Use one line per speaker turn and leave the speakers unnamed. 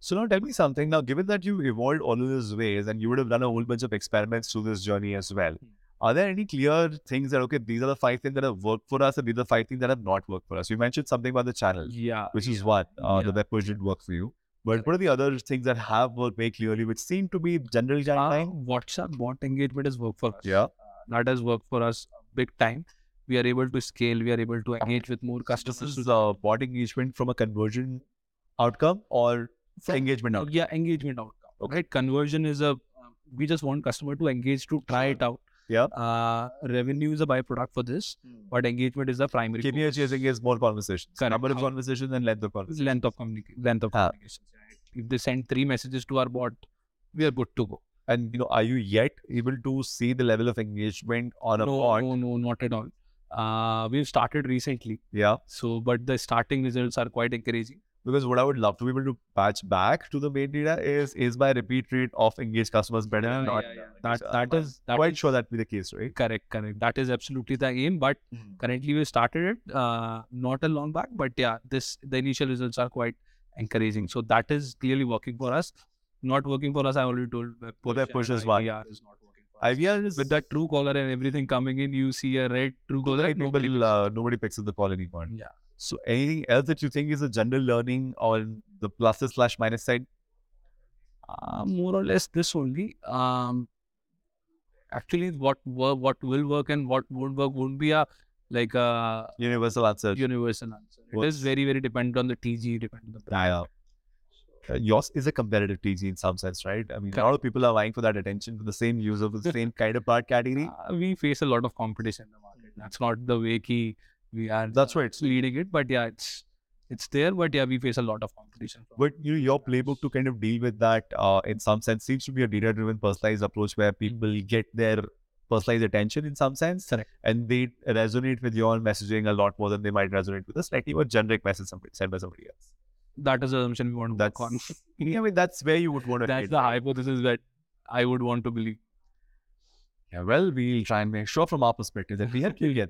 So now tell me something. Now, given that you evolved all of those ways and you would have done a whole bunch of experiments through this journey as well, are there any clear things that okay, these are the five things that have worked for us and these are the five things that have not worked for us? You mentioned something about the channel,
Yeah.
which is what uh, the
Yeah.
web page didn't work for you. But what are the other things that have worked very clearly, which seem to be general
Uh,
guideline?
WhatsApp bot engagement has worked for us.
yeah.
That has worked for us big time. We are able to scale. We are able to engage with more
This
customers.
is uh, bot engagement from a conversion outcome or
From-
engagement outcome.
Yeah, engagement outcome.
Okay.
Right, conversion is a. We just want customer to engage to try it out.
Yeah. Hmm.
Uh, revenue is a byproduct for this, but engagement is the primary.
KPI chasing is more conversations.
Correct.
Number of
How-
conversations and length of
focus.
conversations.
length of communication. Length of
Ah.
communications. Right? If they send three messages to our bot, we are good to go.
And you know, are you yet able to see the level of engagement on a
no,
bot?
no, no, not at all. Uh, we've started recently,
Yeah.
so but the starting results are quite encouraging.
Because what I would love to be able to patch back to the main data is is my repeat rate of engaged customers better than not.
That that is that
quite
is
sure that be the case, right?
correct, correct. That is absolutely the aim. But currently we started it uh, not a long back, but yeah, this the initial results are quite encouraging. So that is clearly working for us. Not working for us, I already told. web
For that
push
push
and
is one.
IVR is not working for us.
IVR is
With that true caller and everything coming in, you see a red true caller.
right, nobody uh, nobody picks up the call anymore.
Yeah.
So anything else that you think is a general learning on the pluses slash minus side?
Uh, more or less this only. Um, actually, what wo- what will work and what won't work won't be a like a
Universal answer.
universal answer. It
Works.
is very very dependent on the TG, dependent on the brand.
Yeah. Uh, yours is a competitive TG in some sense, right? I mean, a lot of people are vying for that attention for the same user for the same kind of part category.
Uh, we face a lot of competition in the market. That's not the way ki we are.
That's
uh,
right.
leading it, but yeah, it's it's there. But yeah, we face a lot of competition. from-
But you know, your playbook to kind of deal with that, uh, in some sense, seems to be a data-driven, personalized approach where
Hmm.
people get their personalized attention in some sense,
Correct.
and they resonate with your messaging a lot more than they might resonate with a slightly more generic message somebody, sent by somebody else.
that is the assumption we want to work on.
That's I mean, that's where you would want to.
That's the hypothesis that I would want to believe.
Yeah, well, we'll try and make sure from our perspective that we help you get